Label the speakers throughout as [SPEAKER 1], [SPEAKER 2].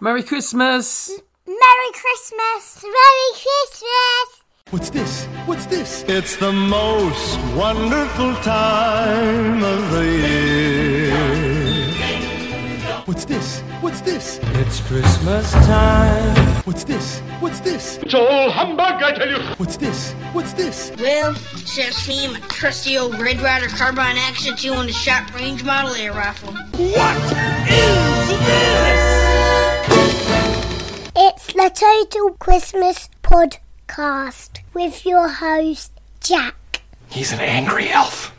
[SPEAKER 1] Merry Christmas!
[SPEAKER 2] Merry Christmas! Merry Christmas!
[SPEAKER 3] What's this? What's this?
[SPEAKER 4] It's the most wonderful time of the year.
[SPEAKER 3] What's this? What's this?
[SPEAKER 4] It's Christmas time.
[SPEAKER 3] What's this? What's this?
[SPEAKER 5] It's all humbug, I tell you.
[SPEAKER 3] What's this? What's this?
[SPEAKER 6] Well, just seeing my trusty old Red Rider carbine action two on the shot range model air rifle.
[SPEAKER 3] What is this?
[SPEAKER 2] It's the Total Christmas Podcast with your host, Jack.
[SPEAKER 7] He's an angry elf.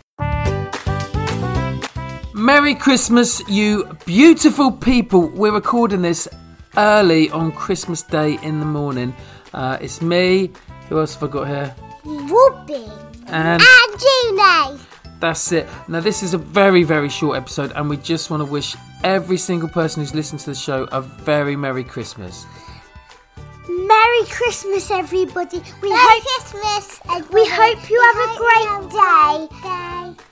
[SPEAKER 1] Merry Christmas, you beautiful people. We're recording this early on Christmas Day in the morning. Uh, it's me. Who else have I got here?
[SPEAKER 2] Robin.
[SPEAKER 1] And
[SPEAKER 2] And Juno.
[SPEAKER 1] that's it. Now, this is a very, very short episode, and we just want to wish every single person who's listened to the show a very Merry Christmas.
[SPEAKER 2] Merry Christmas, everybody. We Merry hope, Christmas. We hope you have a great day.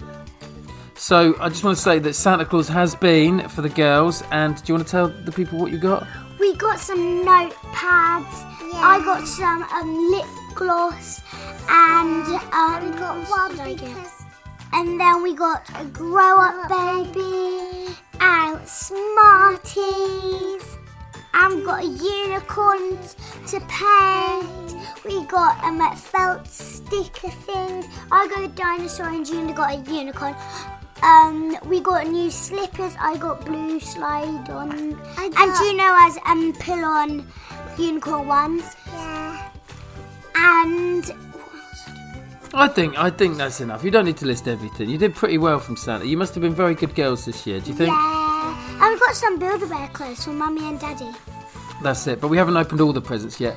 [SPEAKER 1] So, I just want to say that Santa Claus has been for the girls, and do you want to tell the people what you got?
[SPEAKER 2] We got some notepads. I got some um, lip gloss, and um, we got And then we got a grow up baby, and Smarties. And we got a unicorn to paint. We got um, a felt sticker thing. I got a dinosaur, and Juna got a unicorn. Um, we got new slippers. I got blue slide on, and Juno has um pill on unicorn ones. Yeah. And
[SPEAKER 1] I think I think that's enough. You don't need to list everything. You did pretty well from Santa. You must have been very good girls this year. Do you think?
[SPEAKER 2] yeah, and we got some Build a Bear clothes for Mummy and Daddy.
[SPEAKER 1] That's it. But we haven't opened all the presents yet.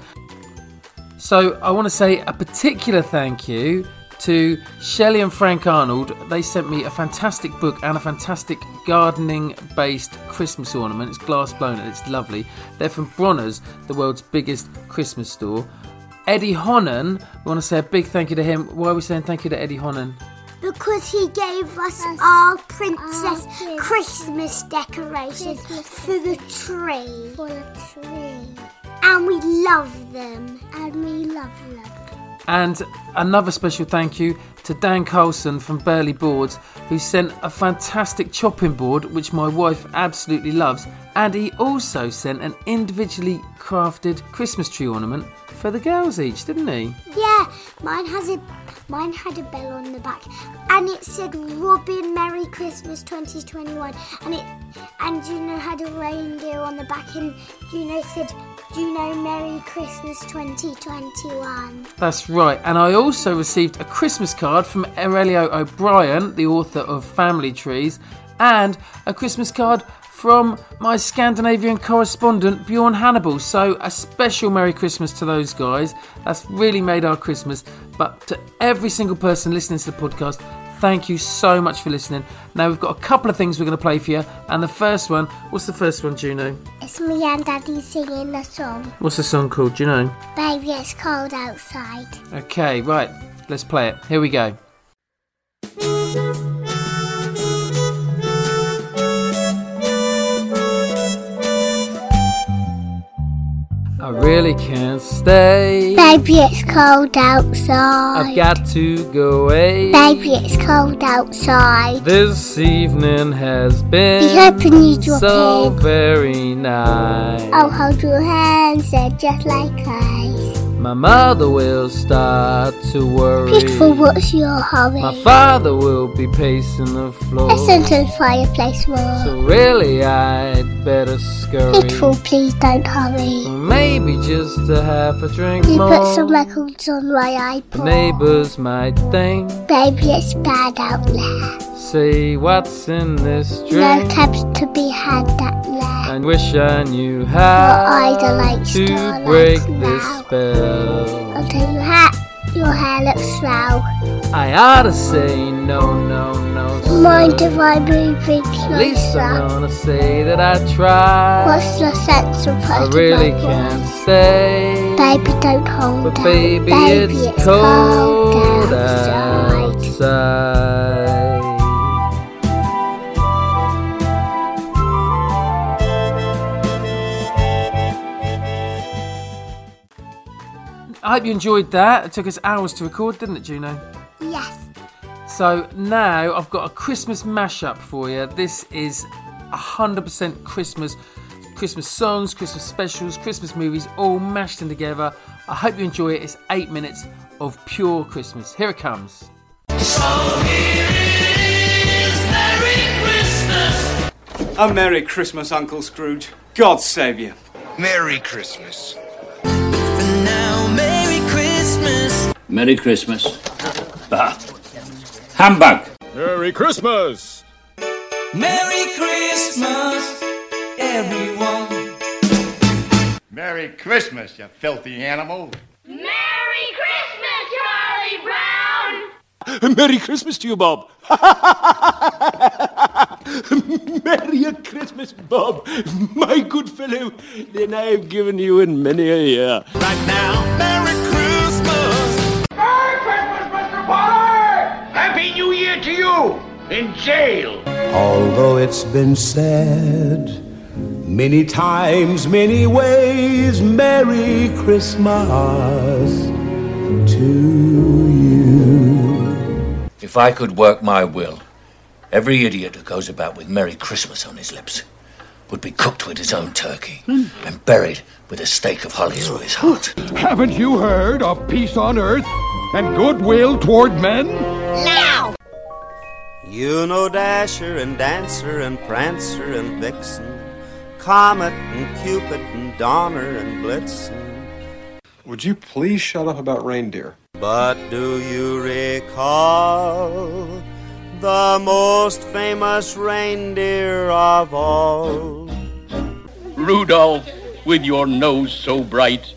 [SPEAKER 1] So I want to say a particular thank you to Shelley and Frank Arnold. They sent me a fantastic book and a fantastic gardening-based Christmas ornament. It's glass blown and it's lovely. They're from Bronner's, the world's biggest Christmas store. Eddie Honan, we want to say a big thank you to him. Why are we saying thank you to Eddie Honan?
[SPEAKER 2] Because he gave us our princess Christmas decorations for the tree. For the tree. And we love them. And we love them.
[SPEAKER 1] And another special thank you to Dan Carlson from Burley Boards, who sent a fantastic chopping board, which my wife absolutely loves. And he also sent an individually crafted Christmas tree ornament for the girls each, didn't he?
[SPEAKER 2] Yeah, mine has a mine had a bell on the back and it said Robin Merry Christmas 2021 and it and Juno had a reindeer on the back and Juno said Juno Merry Christmas 2021.
[SPEAKER 1] That's right. And I also received a Christmas card from Aurelio O'Brien, the author of Family Trees, and a Christmas card from my Scandinavian correspondent Bjorn Hannibal. So a special Merry Christmas to those guys. That's really made our Christmas. But to every single person listening to the podcast, thank you so much for listening. Now we've got a couple of things we're going to play for you. And the first one, what's the first one, Juno?
[SPEAKER 2] It's me and Daddy singing a song.
[SPEAKER 1] What's the song called? Do you know?
[SPEAKER 2] Baby, it's cold outside.
[SPEAKER 1] Okay, right. Let's play it. Here we go. I really can't stay.
[SPEAKER 2] Baby, it's cold outside.
[SPEAKER 1] I've got to go away.
[SPEAKER 2] Baby, it's cold outside.
[SPEAKER 1] This evening has been
[SPEAKER 2] Be happy, need your
[SPEAKER 1] so
[SPEAKER 2] pig.
[SPEAKER 1] very nice.
[SPEAKER 2] I'll Oh, hold your hands, they're just like ice.
[SPEAKER 1] My mother will start to worry.
[SPEAKER 2] Beautiful, what's your hurry?
[SPEAKER 1] My father will be pacing the floor.
[SPEAKER 2] Listen to the fireplace roar.
[SPEAKER 1] So really, I'd better scurry.
[SPEAKER 2] Beautiful, please don't hurry.
[SPEAKER 1] Maybe just a half a drink
[SPEAKER 2] You
[SPEAKER 1] more.
[SPEAKER 2] put some records on
[SPEAKER 1] the
[SPEAKER 2] my iPod.
[SPEAKER 1] neighbors might think,
[SPEAKER 2] Baby, it's bad out there.
[SPEAKER 1] say what's in this
[SPEAKER 2] No
[SPEAKER 1] drink.
[SPEAKER 2] cabs to be had that there.
[SPEAKER 1] I wish I knew how
[SPEAKER 2] Your eyes are like
[SPEAKER 1] to
[SPEAKER 2] starlight
[SPEAKER 1] break this
[SPEAKER 2] now.
[SPEAKER 1] spell.
[SPEAKER 2] Until your hat, your hair looks foul.
[SPEAKER 1] I ought to say no, no, no. sir.
[SPEAKER 2] Mind if I move things
[SPEAKER 1] At
[SPEAKER 2] like
[SPEAKER 1] least I'm
[SPEAKER 2] that?
[SPEAKER 1] gonna say that I tried.
[SPEAKER 2] What's the sense of
[SPEAKER 1] I
[SPEAKER 2] hurting
[SPEAKER 1] really
[SPEAKER 2] my
[SPEAKER 1] can't
[SPEAKER 2] voice?
[SPEAKER 1] stay.
[SPEAKER 2] Baby, don't hold
[SPEAKER 1] But
[SPEAKER 2] out.
[SPEAKER 1] baby,
[SPEAKER 2] baby
[SPEAKER 1] it's, cold
[SPEAKER 2] outside.
[SPEAKER 1] outside.
[SPEAKER 3] I hope you enjoyed that. It took us hours to record, didn't it, Juno?
[SPEAKER 8] Yes.
[SPEAKER 3] So now I've got a Christmas mashup for you. This is 100% Christmas. Christmas songs, Christmas specials, Christmas movies, all mashed in together. I hope you enjoy it. It's eight minutes of pure Christmas. Here it comes.
[SPEAKER 6] A Merry Christmas, Uncle Scrooge. God save you.
[SPEAKER 9] Merry Christmas.
[SPEAKER 10] Merry Christmas. Bah. Humbug.
[SPEAKER 4] Merry Christmas!
[SPEAKER 9] Merry Christmas, you filthy animal.
[SPEAKER 2] Merry Christmas, Charlie Brown!
[SPEAKER 11] Merry Christmas to you, Bob. Merry Christmas, Bob, my good fellow. Then I've given you in many a year.
[SPEAKER 1] Merry Christmas, Mr. Potter! Happy New Year to you! In jail!
[SPEAKER 4] Although it's been said many times, many ways, Merry Christmas to you.
[SPEAKER 1] If I could work my will, every idiot who goes about with Merry Christmas on his lips would be cooked with his own turkey and buried with a stake of holly through his heart.
[SPEAKER 11] Haven't you heard of peace on earth and goodwill toward men?
[SPEAKER 12] You know Dasher and Dancer and Prancer and Vixen, Comet and Cupid and Donner and Blitzen.
[SPEAKER 4] Would you please shut up about reindeer?
[SPEAKER 12] But do you recall the most famous reindeer of all?
[SPEAKER 11] Rudolph, with your nose so bright,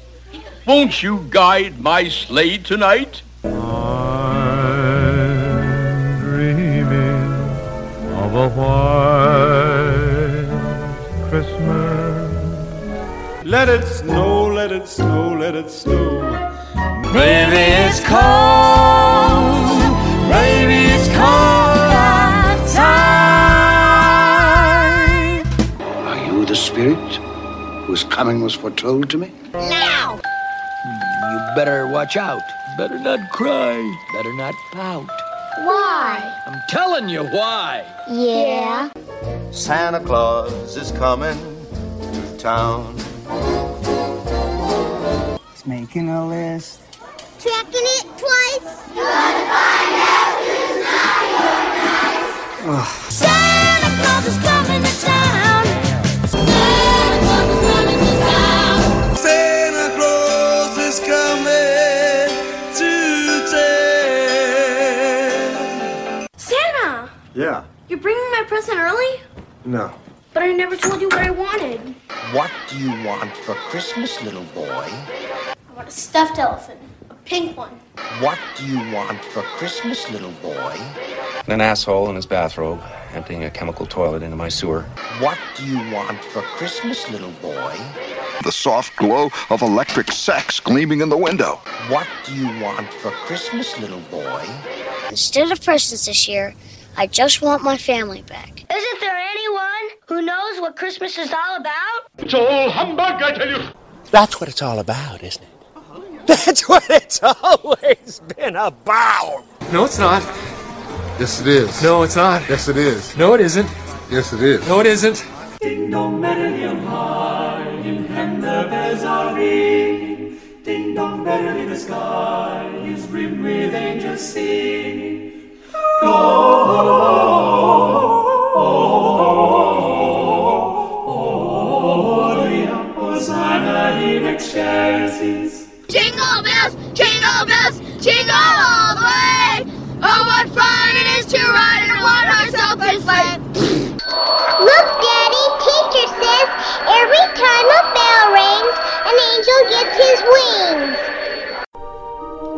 [SPEAKER 11] won't you guide my sleigh tonight?
[SPEAKER 4] I'm dreaming of a white Christmas. Let it snow, let it snow, let it snow. Maybe it's cold, maybe it's cold outside.
[SPEAKER 9] Are you the spirit whose coming was foretold to me? No! You better watch out. Better not cry. Better not pout.
[SPEAKER 8] Why?
[SPEAKER 1] I'm telling you why!
[SPEAKER 8] Yeah.
[SPEAKER 12] Santa Claus is coming to town.
[SPEAKER 8] Checking it twice. Santa Claus is coming to town. Santa Claus is coming to town.
[SPEAKER 12] Santa Claus is coming to town.
[SPEAKER 2] Santa!
[SPEAKER 4] Yeah,
[SPEAKER 2] You're bringing my present early?
[SPEAKER 4] no.
[SPEAKER 2] But I never told you what I wanted.
[SPEAKER 9] What do you want for Christmas, little boy?
[SPEAKER 2] I want a stuffed elephant, a pink one.
[SPEAKER 9] What do you want for Christmas, little boy?
[SPEAKER 10] An asshole in his bathrobe emptying a chemical toilet into my sewer.
[SPEAKER 9] What do you want for Christmas, little boy?
[SPEAKER 13] the soft glow of electric sex gleaming in the window.
[SPEAKER 9] What do you want for Christmas, little boy?
[SPEAKER 8] Instead of presents this year, I just want my family back.
[SPEAKER 2] Isn't there anyone who knows what Christmas is all about?
[SPEAKER 11] It's all humbug, I tell you.
[SPEAKER 9] That's what it's all about, isn't it? That's what it's always been about.
[SPEAKER 4] No, it's not.
[SPEAKER 13] Yes, it is.
[SPEAKER 4] No, it's not.
[SPEAKER 13] Yes, it is.
[SPEAKER 4] No, it isn't.
[SPEAKER 13] Yes, it is.
[SPEAKER 4] No, it isn't.
[SPEAKER 2] Jingle bells, jingle bells, jingle all the way! Oh, what fun it is to ride in a one-horse open sleigh!
[SPEAKER 8] Look, Daddy, teacher says every time a bell rings, an angel gets his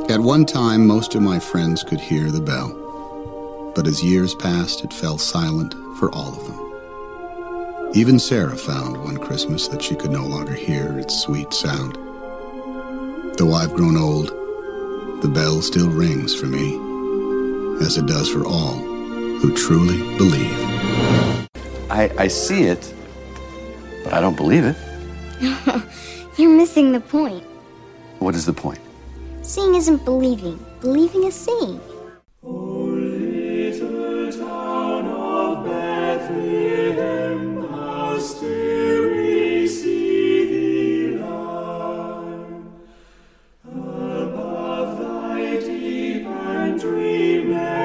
[SPEAKER 8] wings.
[SPEAKER 13] At one time, most of my friends could hear the bell. But as years passed, it fell silent for all of them. Even Sarah found one Christmas that she could no longer hear its sweet sound. Though I've grown old, the bell still rings for me, as it does for all who truly believe.
[SPEAKER 12] I, I see it, but I don't believe it.
[SPEAKER 8] You're missing the point.
[SPEAKER 12] What is the point?
[SPEAKER 8] Seeing isn't believing. Believing is seeing.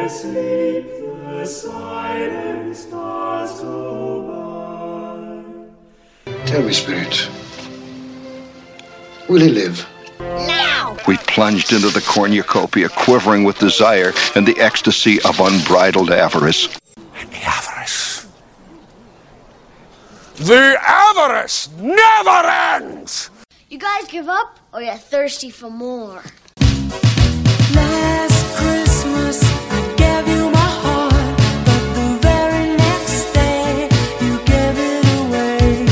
[SPEAKER 14] Sleep the silent stars go
[SPEAKER 15] Tell me, Spirit, will he live?
[SPEAKER 13] We plunged into the cornucopia, quivering with desire and the ecstasy of unbridled avarice.
[SPEAKER 16] Avarice. The avarice never ends!
[SPEAKER 17] You guys give up or you're thirsty for more?
[SPEAKER 18] Last Christmas, I gave you my heart, but the very next day, you gave it away.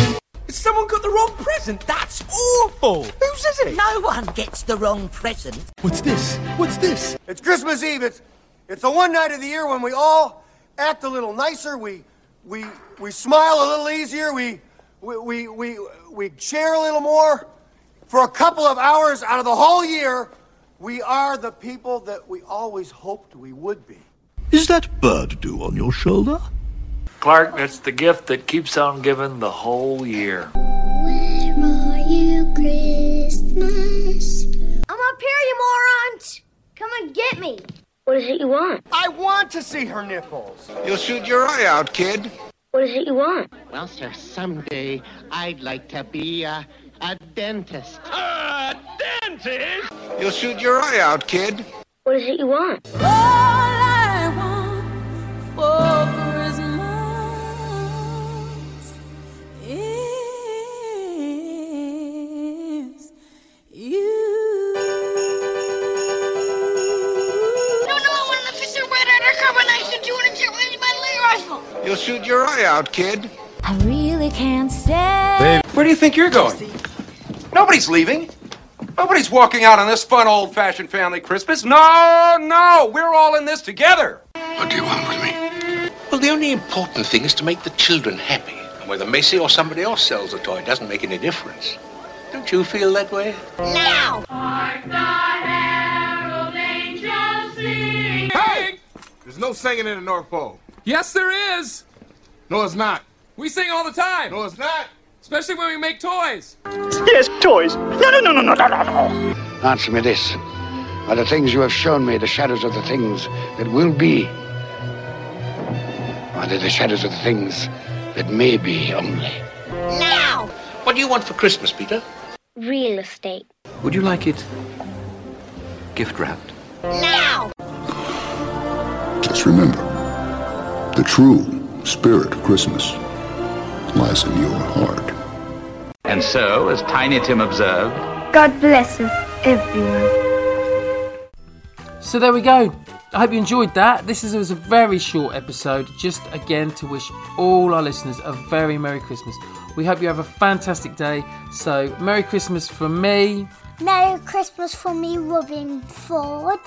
[SPEAKER 19] Someone got the wrong present. That's awful. Whose is it?
[SPEAKER 20] No one gets the wrong present.
[SPEAKER 19] What's this? What's this?
[SPEAKER 11] It's Christmas Eve. It's it's the one night of the year when we all act a little nicer. We we we smile a little easier. We we we we, we share a little more. For a couple of hours out of the whole year, we are the people that we always hoped we would be.
[SPEAKER 21] Is that bird due on your shoulder?
[SPEAKER 22] Clark, it's the gift that keeps on giving the whole year.
[SPEAKER 6] Are you Christmas?
[SPEAKER 17] I'm up here, you morons! Come and get me!
[SPEAKER 11] What is it you want? I want to see her nipples.
[SPEAKER 13] You'll shoot your eye out, kid.
[SPEAKER 11] What is it you want?
[SPEAKER 20] Well, sir, someday I'd like to be a, a dentist. A dentist?
[SPEAKER 13] You'll shoot your eye out, kid.
[SPEAKER 11] What is it you want?
[SPEAKER 18] All I want for Christmas is
[SPEAKER 6] No, no, I want an officer red undercover knife and 200 jet with my leg rifle.
[SPEAKER 13] You'll shoot your eye out, kid.
[SPEAKER 18] I really can't stay.
[SPEAKER 4] Babe, where do you think you're going? Nobody's leaving. Nobody's walking out on this fun, old fashioned family Christmas. No, no, we're all in this together.
[SPEAKER 13] Well, the only important thing is to make the children happy. And whether Macy or somebody else sells the toy doesn't make any difference. Don't you feel that way?
[SPEAKER 6] Now!
[SPEAKER 23] Hey! There's no singing in the North Pole. Yes, there is. No, it's not. We sing all the time. No, it's not. Especially when we make toys.
[SPEAKER 15] Yes, toys. No, no, no, no, no, no, no. Answer me this. Are the things you have shown me the shadows of the things that will be? Or are they the shadows of the things that may be only?
[SPEAKER 13] Now! What do you want for Christmas, Peter?
[SPEAKER 8] Real estate.
[SPEAKER 13] Would you like it gift wrapped?
[SPEAKER 6] Now!
[SPEAKER 24] Just remember, the true spirit of Christmas lies in your heart.
[SPEAKER 25] And so, as Tiny Tim observed,
[SPEAKER 8] God bless us, everyone.
[SPEAKER 1] So there we go. I hope you enjoyed that. This is, was a very short episode, just again to wish all our listeners a very Merry Christmas. We hope you have a fantastic day. So, Merry Christmas from me.
[SPEAKER 8] Merry Christmas from me, Robin Ford.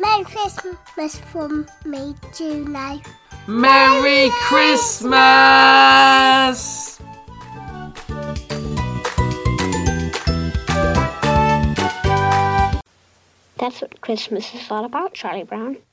[SPEAKER 8] Merry Christmas from me, Juno.
[SPEAKER 1] Merry Christmas!
[SPEAKER 8] That's what Christmas is all about, Charlie Brown.